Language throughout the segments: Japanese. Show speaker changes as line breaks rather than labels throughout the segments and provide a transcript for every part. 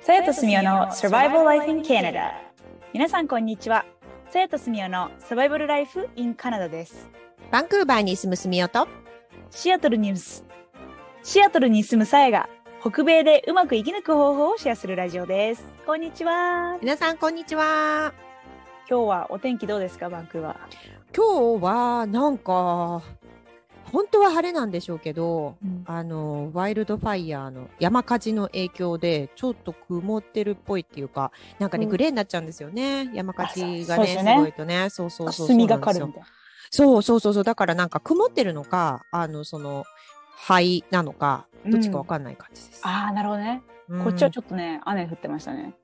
さやとすみおの Survival Life in Canada 皆さんこんにちはさやとすみおの Survival Life in Canada です
バンクーバーに住むすみおと、
シアトルにすシアトルに住むさやが北米でうまく生き抜く方法をシェアするラジオですこんにちは
皆さんこんにちは。
今日はお天気どうですかバンクーバー、
今日はなんか、本当は晴れなんでしょうけど、あの、ワイルドファイヤーの山火事の影響で、ちょっと曇ってるっぽいっていうか、なんかね、
うん
グレーになっちゃうんですよね。山火事が
あそうそう
ね、
ですよ
す
ね
ごいとね。そうそうそうそう
墨がか
な
る
ん
み
で
たい
すよ
な
そうそうそうそう。だからなんか曇ってるのか、あの、その、灰なのか、どっちかわかんない感じです。
ああーなるほどね、
うん
こっちはちょっとね雨降ってましたね、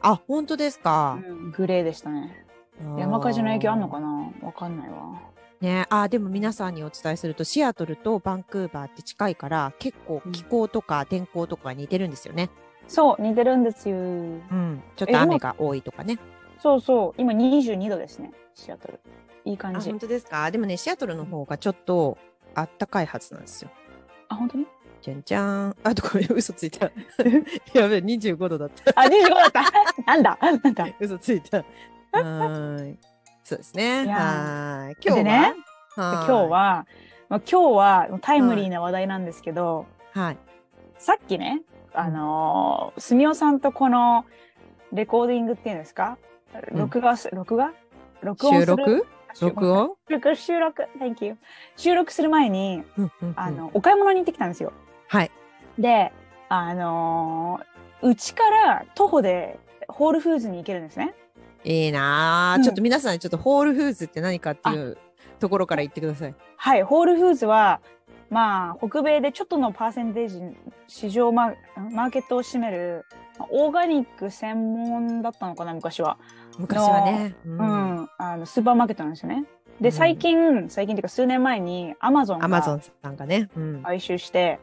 あ、本当です
う
か。
ん、グレーでしたね山火事の影響あんのかなわかんないわ
ね、あーでも皆さんにお伝えするとシアトルとバンクーバーって近いから結構気候とか天候とかが似てるんですよね、
そう似てるんですよ
うん、ちょっ
え
と雨が多いとかね
そうそう今22度ですねシアトルいい感
あ
じ
本当ですかでもねシアトルの方がちょっとあったかいはずなんですよ
あ本当に
じゃんじゃんあとこ れ嘘ついた やべえ25度だった
あ25だった なんだなんだ
嘘ついたはーいそうですね
いや
はーい今日
で
は、
ね
はー
今
い
日は、まあ、今日はタイムリーな話題なんですけど、
はい
さっきねあのー、すみおさんとこのレコーディングっていうんですか
うん
録画す、録画録音する
収録
あ収録
録音
収録収録 Thank you 収録する前に
うんうんうん
あの、お買い物に行ってきたんですよ
はい
であのーうちから徒歩でホールフーズに行けるんですね
いいなあ、
うん
ちょっと皆さんちょっとホールフーズって何かっていうところから言ってください。
はいホールフーズはまあ北米でちょっとのパーセンテージ市場マーマーケットを占めるまあオーガニック専門だったのかな昔は、
昔はね。う。
うんんあのスーパーマーケットなんですよね
う
で
ん
最近、最近っていうか数年前にアマゾン
アマゾ
が
ンさんがね。うん。
買収して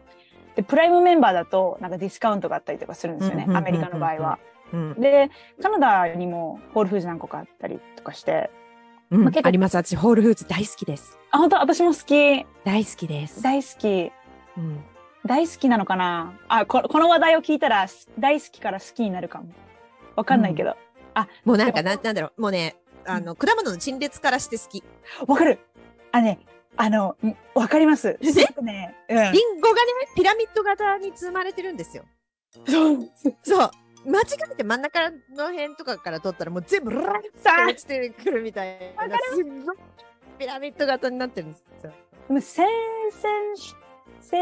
でプライムメンバーだとなんかディスカウントがあったりとかするんですよね、
うんうんうんうん
アメリカの場合は。
うん。
でカナダにもホールフーズ何個かあったりとかして
うん
まあ結構
あります。私、ホールフーズ大好きです。
あ本当私も好き
大好きです。
大好き
うん
大好きなのかなあここの話題を聞いたらす大好きから好きになるかもわかんないけどわ、
もうなんか、ななんだろう。もうね、あの、果物の陳列からして好き。
かるあねあのんわかります
え
すごくね、うん
リンゴがね、ピラミッド型に積まれてるんですよ。
そう
そう。間違えて真ん中の辺とかから取ったらもう全部ラッサーって落ちてくるみたい
わか
な。すっごいピラミッド型になってるんですよ。
でも生鮮し生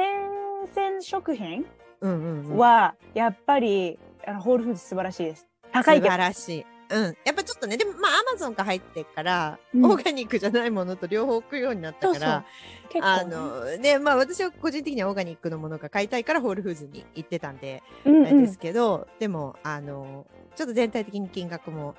鮮食品
うんうんうん。
はやっぱりあのホールフーズ素晴らしいです高いけ
素
ど
晴らしい。うん、やっぱちょっとねでもまあアマゾンが入ってっから、
うん
オーガニックじゃないものと両方食うようになった
そう
か
そう
ら
結
あ
構ね、
のねまあ私は個人的にはオーガニックのものが買いたいからホールフーズに行ってたんで、
うん
あれ
う
で
ん
すけどでもあのちょっと全体的に金額も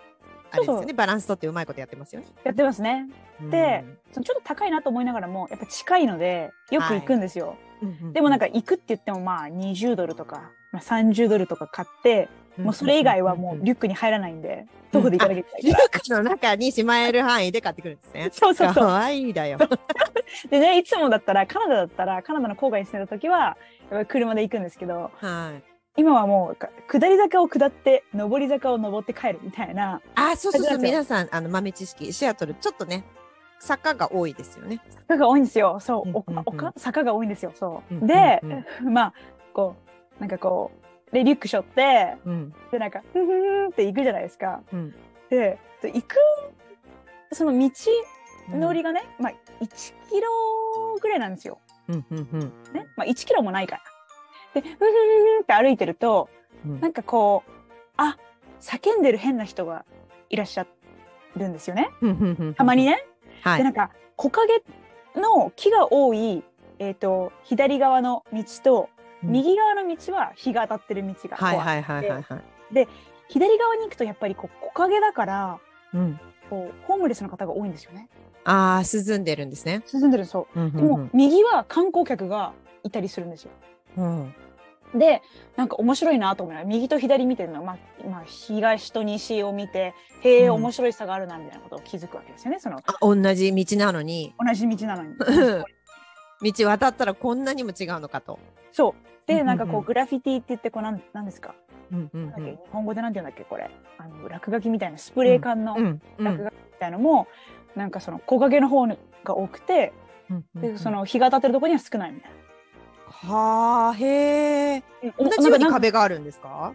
あれですよね
そうそ
バランスとってうまいことやってますよね。
やってますねでそのちょっと高いなと思いながらもやっぱ近いのでよく行くんですよ、
うん、うう
でもなんか行くって言ってもまあ20ドルとか、まあ、30ドルとか買って
うん
もうそれ以外はもうリュックに入らないんで徒歩で行かなきゃいけな
リュ
い
ッ
から、。
クの中にしまえる範囲で買ってくるんですね
そう そう
か
そ
わいいだよ。
うでねいつもだったらカナダだったらカナダの郊外に住んでた時はやっぱり車で行くんですけど
はい。
今はもうか下り坂を下って上り坂を上って帰るみたいな
あ、そうそう
あり
そう、
がとう
皆さん、あの豆知識、シアトル、ちょっとね、坂が多いですよね。
坂が多いんですよそう
うんうんうん
おか坂が多いんですよそう、
うん
で、
うん
まあこうなんかこうでリュック背負って
うん、
でなんか「ふんふんふん」って行くじゃないですか。
うん
でで行くその道のりがね、まあ、1キロぐらいなんですよ。
うん、うん、うん、
ねまあ、1キロもないから。で「ふんふんふん」って歩いてると
うん
なんかこうあ叫んでる変な人がいらっしゃるんですよね
うんうんうん
たまに。ね。
は。
でないんか木陰の木が多い、えー、と左側の道と
うん
右側の道は日が当たってる道がこうあっ
は
て、
い、はい、はい、はい、はい。
左側に行くとやっぱりこう木陰だから
うん。
こうホームレスの方が多いんですよね。
ああ、涼んでるんですね。
住んでるそう
うん、
で
う
も
ん、
右は観光客がいたりするんですよ。
うん。うん
でなんか面白いなと思いながら右と左見てるのは、まあまあ、東と西を見てへえ
うん
面白い差があるなみたいなことを気づくわけですよねその
あ、同じ道なのに。
同じ道なのに。
道渡ったらこんなにも違うのかと。
そう。
うんうん
で、
うん
なんかこう、グラフィティって言って、こう、なん、なんですか。
うんう
なん
ん
だっけ日本語でなんて言うんだっけ、これ。あの、落書きみたいな、スプレー缶の落書きみたいのも、なんかその木陰の方にが多くて、で、その日が当たってるとこには少ないみたい
はあへえ
な。
同じように
なんか
壁があるんですか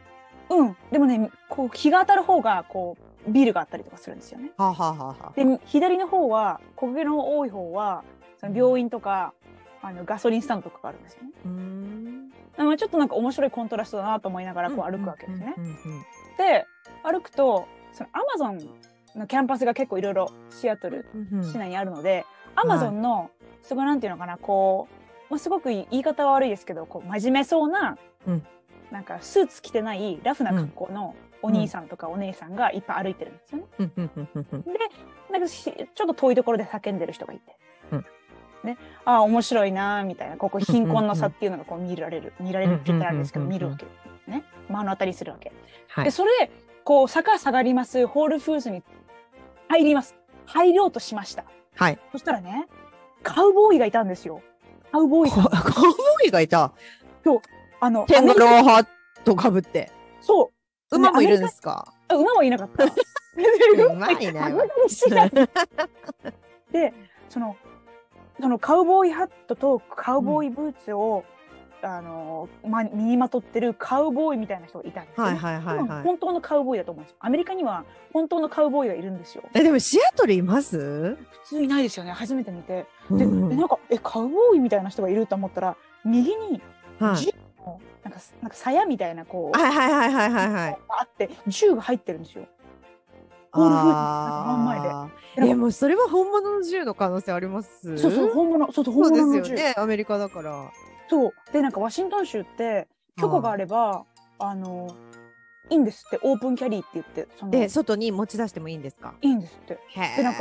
うん。でもね、こう、日が当たる方が、こう、ビルがあったりとかするんですよね。
はあはあはあはあ
で、左の方は、木陰の方多い方は、その病院とか、あの、ガソリンスタンドとかがあるんですよね。
うーん
まあちょっとなんか面白いコントラストだなと思いながら、こう歩くわけですね。
うんうんうんうん
で歩くとそのアマゾンのキャンパスが結構いろいろシアトル
うんうん
市内にあるので、アマゾンのすごいなんていうのかなこう、まあ、すごく言い方は悪いですけどこう真面目そうな、
うん
なんかスーツ着てないラフな格好のお兄さんとかお姉さんがいっぱい歩いてるんですよね。
うんうんうんうんうん
なんかしちょっと遠いところで叫んでる人がいて。
うん
ね、ああ面白いなーみたいなここ貧困の差
う
っ
ん
ていうのがこう見られる見られるって言ったらあれですけど
うんうんう
見
ん
る
うん
わけね目の当たりするわけ。
は
で
い
それこう坂下がりますホールフーズに入ります入ろうとしました
はい
そしたらねカウボーイがいたんですよカウボーイ
カ
さん
ウボーイがいた
あの
天
ア
の
メリ
ロ
カ
ーハットか ぶって
そう
馬もいるんですか
あ馬はいなかった
うまいね
馬が死んだでそのそのカウボーイハットとカウボーイブーツを、あのま、身にまとってるカウボーイみたいな人がいたんですよ、
はいはいはい
多分
はい
本当のカウボーイだと思うんですよアメリカには本当のカウボーイがいるんですよ
えでもシアトルいます
普通いないですよね初めて見て
う
で、
ん
でなんかえカウボーイみたいな人がいると思ったら右に
はい
銃のなんかすなんか鞘みたいなこう、
はいはいはいはいはいはい
あって銃が入ってるんですよ。ゴールフーズ
あ
真ん
ー
前で
えもうそれは本物の銃の可能性あります
そうそう本物そうそう
そ
本
う
物の
で
銃
すよねアメリカだから
そうでなんかワシントン州って許可があればあのいいんですってオープンキャリーって言ってその
で外に持ち出してもいいんですか
いいんですって
へ
でなんか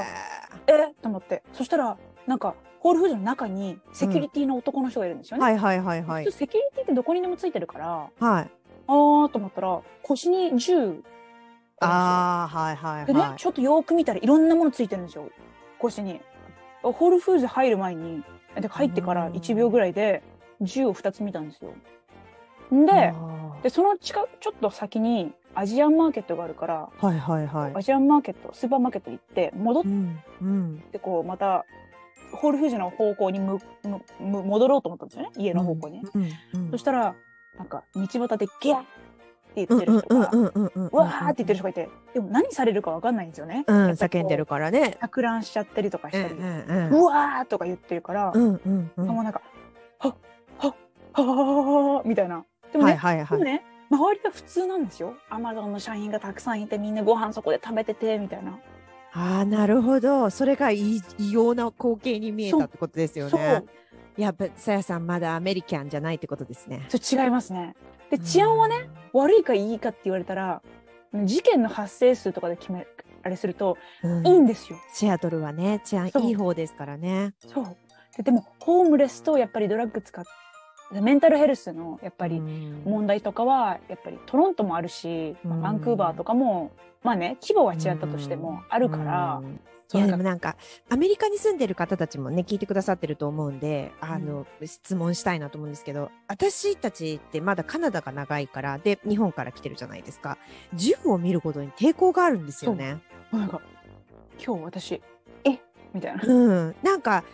えと思ってそしたらなんかホールフーズの中にセキュリティの男の人がいるんですよね。
はいはいはいはい
普通セキュリティってどこにでもついてるから
はい
あーと思ったら腰に銃なんですよ
ああはいはい
でね、
はい
ちょっとよーく見たらいろんなものついてるんですよ腰にホールフーズ入る前にで入ってから
うん
1秒ぐらいで銃を2つ見たんですよ
あ
で
ー
でその近くちょっと先にアジアンマーケットがあるから
はいはいはい
アジアンマーケットスーパーマーケット行って戻っ
うんうん
てこうまたホールフーズの方向にむむむ戻ろうと思ったんですよね家の方向にね、
うんうん
そしたらなんか道端でギャーって言っ
うん
てる人が、
うんうんうんうんうん
わーって言ってる人がいてでも何されるかわかんないんですよね、
うん
やっぱりこ
叫んでるからね
錯乱しちゃったりとかし
うん
た
う
り、うんわーとか言ってるから、
うんうんうんうん
もうなんか「はっはっはっはっは」みたいなでも
は
ね,、
いはい
で
は
も
い
ね周りが普通なんですよアマゾンの社員がたくさんいてみんなご飯そこで食べててみたいな、
ああなるほどそれが異異様な光景に見えたってことですよ
そ
ね
う
やっぱさやさんまだアメリカンじゃないってことですね
それ違いますねで治安はね、
ね
悪いかいいかって言われたら事件の発生数とかで決めあれすると
うん
いいんですよ、
シアトルはね治安
そう
いい方ですからね
そうででもホームレスとやっぱりドラッグ使ってメンタルヘルスのやっぱり
うん
問題とかはやっぱりトロントもあるし、まあ
うん
バンクーバーとかもまあね規模が違ったとして
うん
もあるから、
うんい
そう
や
なん
で
か
もなんかアメリカに住んでる方たちもね聞いてくださってると思うんであの、質問したいなと思うんですけど私たちってまだカナダが長いからで日本から来てるじゃないですか銃を見ることに抵抗があるんですよね。
なんか今日私えみたいな
うん、なんか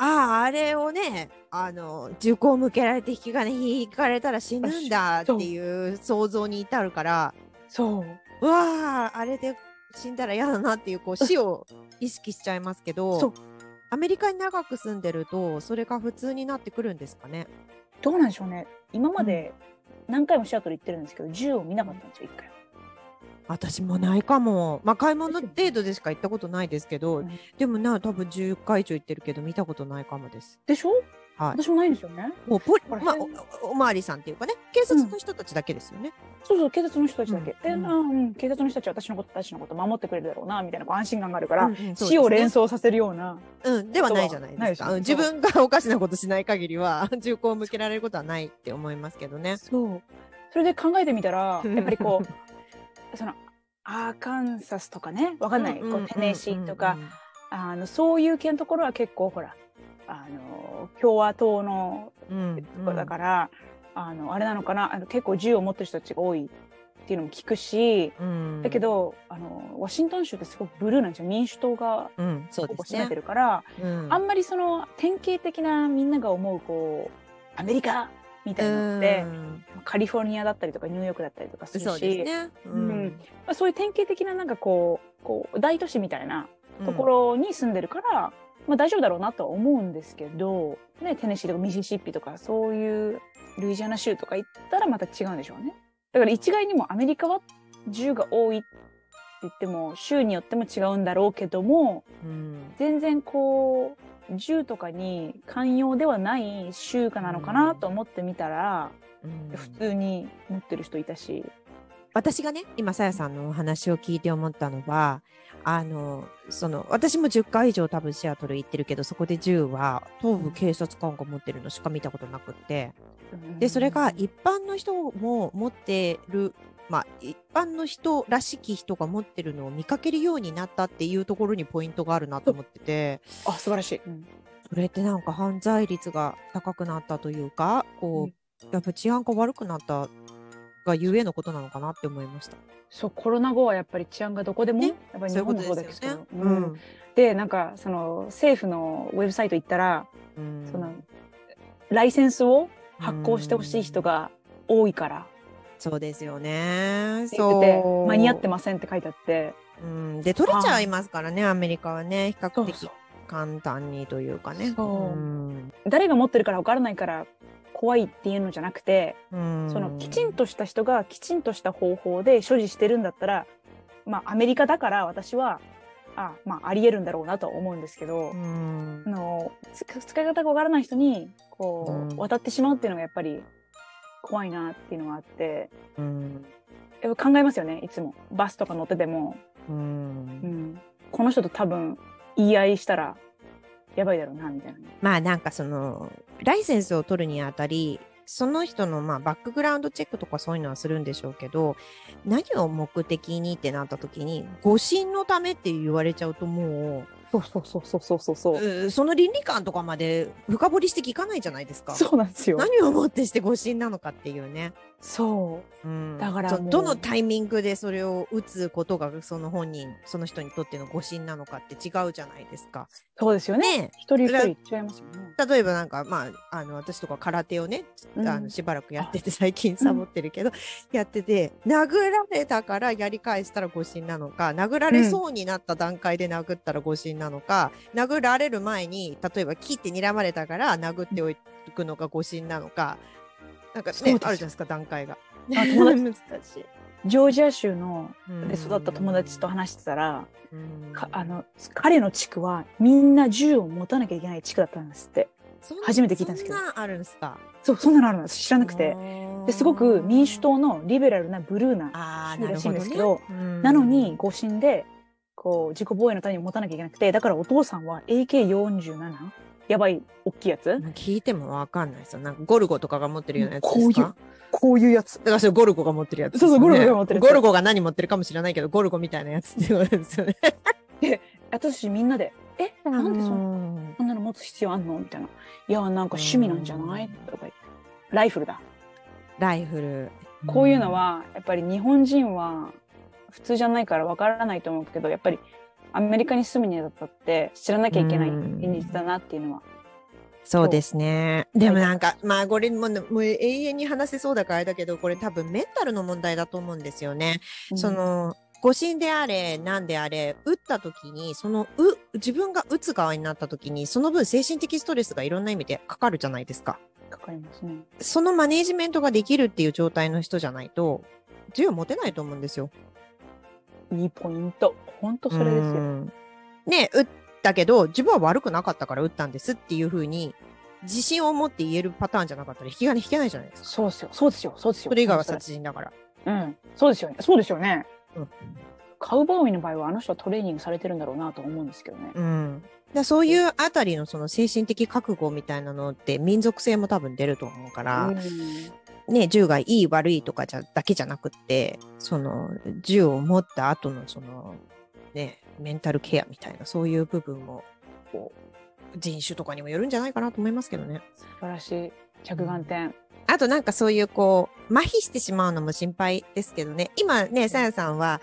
あああれをねあの銃口を向けられて引き金引かれたら死ぬんだっていう想像に至るから
そう
うわああれで死んだら嫌だなっていうこう 死を意識しちゃいますけど
そう
アメリカに長く住んでるとそれが普通になってくるんですかね
どうなんでしょうね今まで何回もシアトル行ってるんですけど銃を見なかったんですよ一回も
私もないかも、まあ、買い物程度でしか行ったことないですけど、
うん
でもな多分10回以上行ってるけど見たことないかもです。
でしょ
はい、
私もないんですよね
もうポリ
これ
まあ、おおおまわりさんっていうかね警察の人たちだけですよね。
そうそう警察の人たちだけ、
うん
でなうん、警察の人たちは私のことたちのこと守ってくれるだろうなみたいなこう安心感があるから、
うんうんそうですね
死を連想させるような
うん、ではないじゃない
ない
で
ですす
か。
よね
うん自分がおかしなことしない限りは、銃口を向けられることはないって思いますけどね。
そうそれで考えてみたらやっぱりこう
う、
そのアーカンサスとかねわかんない、
うんうんうんうん
こうテネシーとか、あのそういう系のところは結構ほらあの共和党の
うん
とこだから、あのあれなのかなあの結構銃を持ってる人たちが多いっていうのも聞くし、
ら、うん、
だけ、どあのワシントン州ってすごくブルーなんですよ民主党が
うん、そう
ほ
で
ぼ
す
占め
ね
て。るから、
うん
あんまりその典型的なみんなが思うこうアメリカみたいなのっ
う
て、
ん
カリフォルニアだったりとかニューヨークだったりとかするし
そうですね。う
うんまあ、そういう典型的ななんかこうこう大都市みたいなところに住んでるから、まあ、大丈夫だろうなとは思うんですけど、ね、テネシーとかミシシッピとかそういうルイジアナ州とか行ったらまた違うんでしょうね。だから一概にもアメリカは銃が多いって言っても州によっても違うんだろうけども
うん
全然こう銃とかに寛容ではない州下なのかなと思ってみたら、
うん
普通に持ってる人いたし。
私がね今さやさんのお話を聞いて思ったのはあのその私も10回以上多分シアトル行ってるけどそこで銃は東部警察官が持ってるのしか見たことなくってでそれが一般の人も持ってるまあ一般の人らしき人が持ってるのを見かけるようになったっていうところにポイントがあるなと思ってて
あ素晴らしい、うん
それってなんか犯罪率が高くなったというかこう、やっぱ治安が悪くなったがゆえのことなのかなって思いました。
そうコロナ後はやっぱり治安がどこでも、
ね
やっぱり
そう
日
いうこ
本も
と
そうだ
で
け
すよね
ど。うんでなんかその政府のウェブサイト行ったら、
うん
そのライセンスを発行してほしい人が多いから
そうですよね。
って言ってて
そう
間に合ってませんって書いてあって
うん、で取れちゃいますからね、アメリカはね、比較
そう
的
そ
簡単にというかね。
そうん誰が持ってるから分からないから怖いっていうのじゃなくて、
うん
そのきちんとした人がきちんとした方法で所持してるんだったらまあアメリカだから私はあまあありえるんだろうなとは思うんですけど。
うん
あのつ使い方がわからない人にこう、
うん
渡ってしまうっていうのがやっぱり怖いなっていうのがあって
うん
やっぱ考えますよねいつもバスとか乗ってても、
う
うんん、この人と多分言い合いしたらやばいだろうなみたいなね、
まあなんかそのライセンスを取るにあたりその人のまあバックグラウンドチェックとかそういうのはするんでしょうけど何を目的にってなった時に誤信のためって言われちゃうともう
そうそうそうそうそうそうそう
うんその倫理観とかまで深掘りして聞かないじゃないですか。
そうなんですよ
何をもってして誤信なのかっていうね。
そ
うん
だから
そ
もう
どのタイミングでそれを打つことがその本人その人にとっての誤信なのかって違うじゃないですか。
うそうですよね
ね
一人一人違いますよね、
え例えばなんか、まあ、あの私とか空手をね、
うん
あのしばらくやってて 最近サボってるけど、やってて殴られたからやり返したら誤信なのか殴られそうになった段階で殴ったら誤信なのか、殴られる前に例えば切って睨まれたから殴っておくのが誤信なのかなんか、ね、ある
そうですよ
じゃないですか段階が。
あ友達
難しい
ジョージア州の
うん
で育った友達と話してたら
うん
かあの彼の地区はみんな銃を持たなきゃいけない地区だったんですって
そん
初めて聞いたんですけど
そんなあるんですか
そうそんなのあるの知ら
じ
なくてですごく民主党のリベラルなブルーな
あー
州
な
ら
る
しい
ほ
ん
ど
で
ね
すけど、
うん
なのに誤審でこう自己防衛のために持たなきゃいけなくてだからお父さんは AK47 やばい大きいやつ
もう聞いてもわかんないですよ。なんかゴルゴとかが持ってるようなやつですか
こういう
だか
こういうやつ
らそれゴルゴが持ってるやつですよ、
そうそうゴルゴが持ってるやつ
ゴルゴが何持ってるかもしれないけど、ゴルゴみたいなやつっていうことですよね。
私みんなで「えなん でそん
ん
そんなの持つ必要あんの?」みたいな「いやなんか趣味なんじゃない?」とか言って「ライフルだ
ライフル。」
こういうのはやっぱり日本人は普通じゃないからわからないと思うけどやっぱりアメリカに住むにあたって知らなきゃいけない現実だなっていうのは
そうですね。でもなんか、まあ、これもう、もう永遠に話せそうだからあれだけど、これ多分メンタルの問題だと思うんですよね。その誤信であれ何であれ打った時にそのう自分が打つ側になった時にその分精神的ストレスがいろんな意味でかかるじゃないですか
うんかかりますね。
そのマネージメントができるっていう状態の人じゃないと銃持てないと思うんですよ
いいポイント。本当それです
う
よ。
んね打ったけど自分は悪くなかったから打ったんですっていう風に自信を持って言えるパターンじゃなかったら引き金引けないじゃないですか
そうですよ。そうですよ。そうですよ。
それ以外は殺人だから
うん。そうですよね。そうですよね。
うん
カウボーイの場合はあの人はトレーニングされてるんだろうなと思うんですけどね。
うん、だそういうあたりのその精神的覚悟みたいなのって民族性も多分出ると思うから、ね、銃がいい悪いとかじゃだけじゃなくってその銃を持った後のその、ね、メンタルケアみたいなそういう部分もこう人種とかにもよるんじゃないかなと思いますけどね。
素晴らしい着眼点、
あとなんかそういうこう、麻痺してしまうのも心配ですけどね。今ね、さやさんは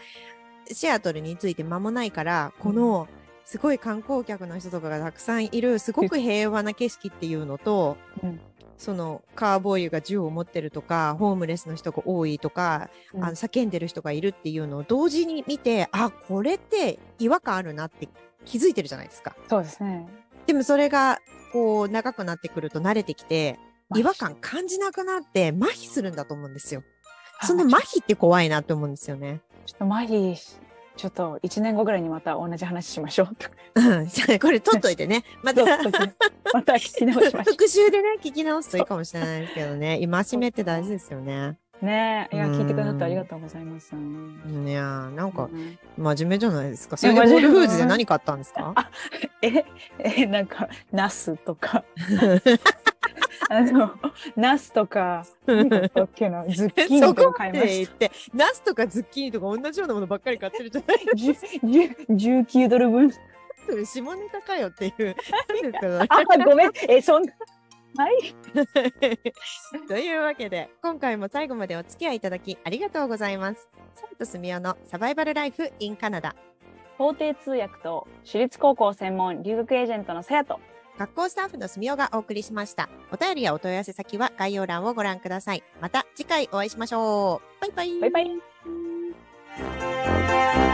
シアトルについて間もないから、このすごい観光客の人とかがたくさんいる、すごく平和な景色っていうのと、
うん
そのカーボーイが銃を持ってるとか、ホームレスの人が多いとか、
うん
あの叫んでる人がいるっていうのを同時に見て、あ、これって違和感あるなって気づいてるじゃないですか。
そうですね
でもそれがこう長くなってくると慣れてきて、
麻痺
違和感感じなくなって麻痺するんだと思うんですよ。
あ
そんな麻痺って怖いなって思うんですよね。
ちょっと麻痺しちょっと1年後ぐらいにまた同じ話しましょうとか
うん じゃあこれ取っといてね。また
どうぞまた聞き直しましょ
復習でね、聞き直すといいかもしれないですけどね。戒めって大事ですよね。
う ねえいや
うん
聞いてくださってありがとうございますうん
いやー、なんか真面目じゃないですか。そ
いや
れでゴール
真面目
フーズで何買ったんですか
え えなんかナスとか あのナスとかなんだったっけなズッキーニ
そ
と
こ
か
ま
買いま
で
し
行って、ナスとかズッキーニとか同じようなものばっかり買ってるじゃない
た 10 10 19ドル分
ですか。下ネタかよって いう。なんですかね
あごめんえそんなはい
というわけで、今回も最後までお付き合いいただきありがとうございます。サイトスミオのサバイバルライフ in カナダ。
法廷通訳と私立高校専門留学エージェントのさやと
学校スタッフのすみおがお送りしました。お便りやお問い合わせ先は概要欄をご覧ください。また次回お会いしましょう。バイ
バ
バイ。
イバイ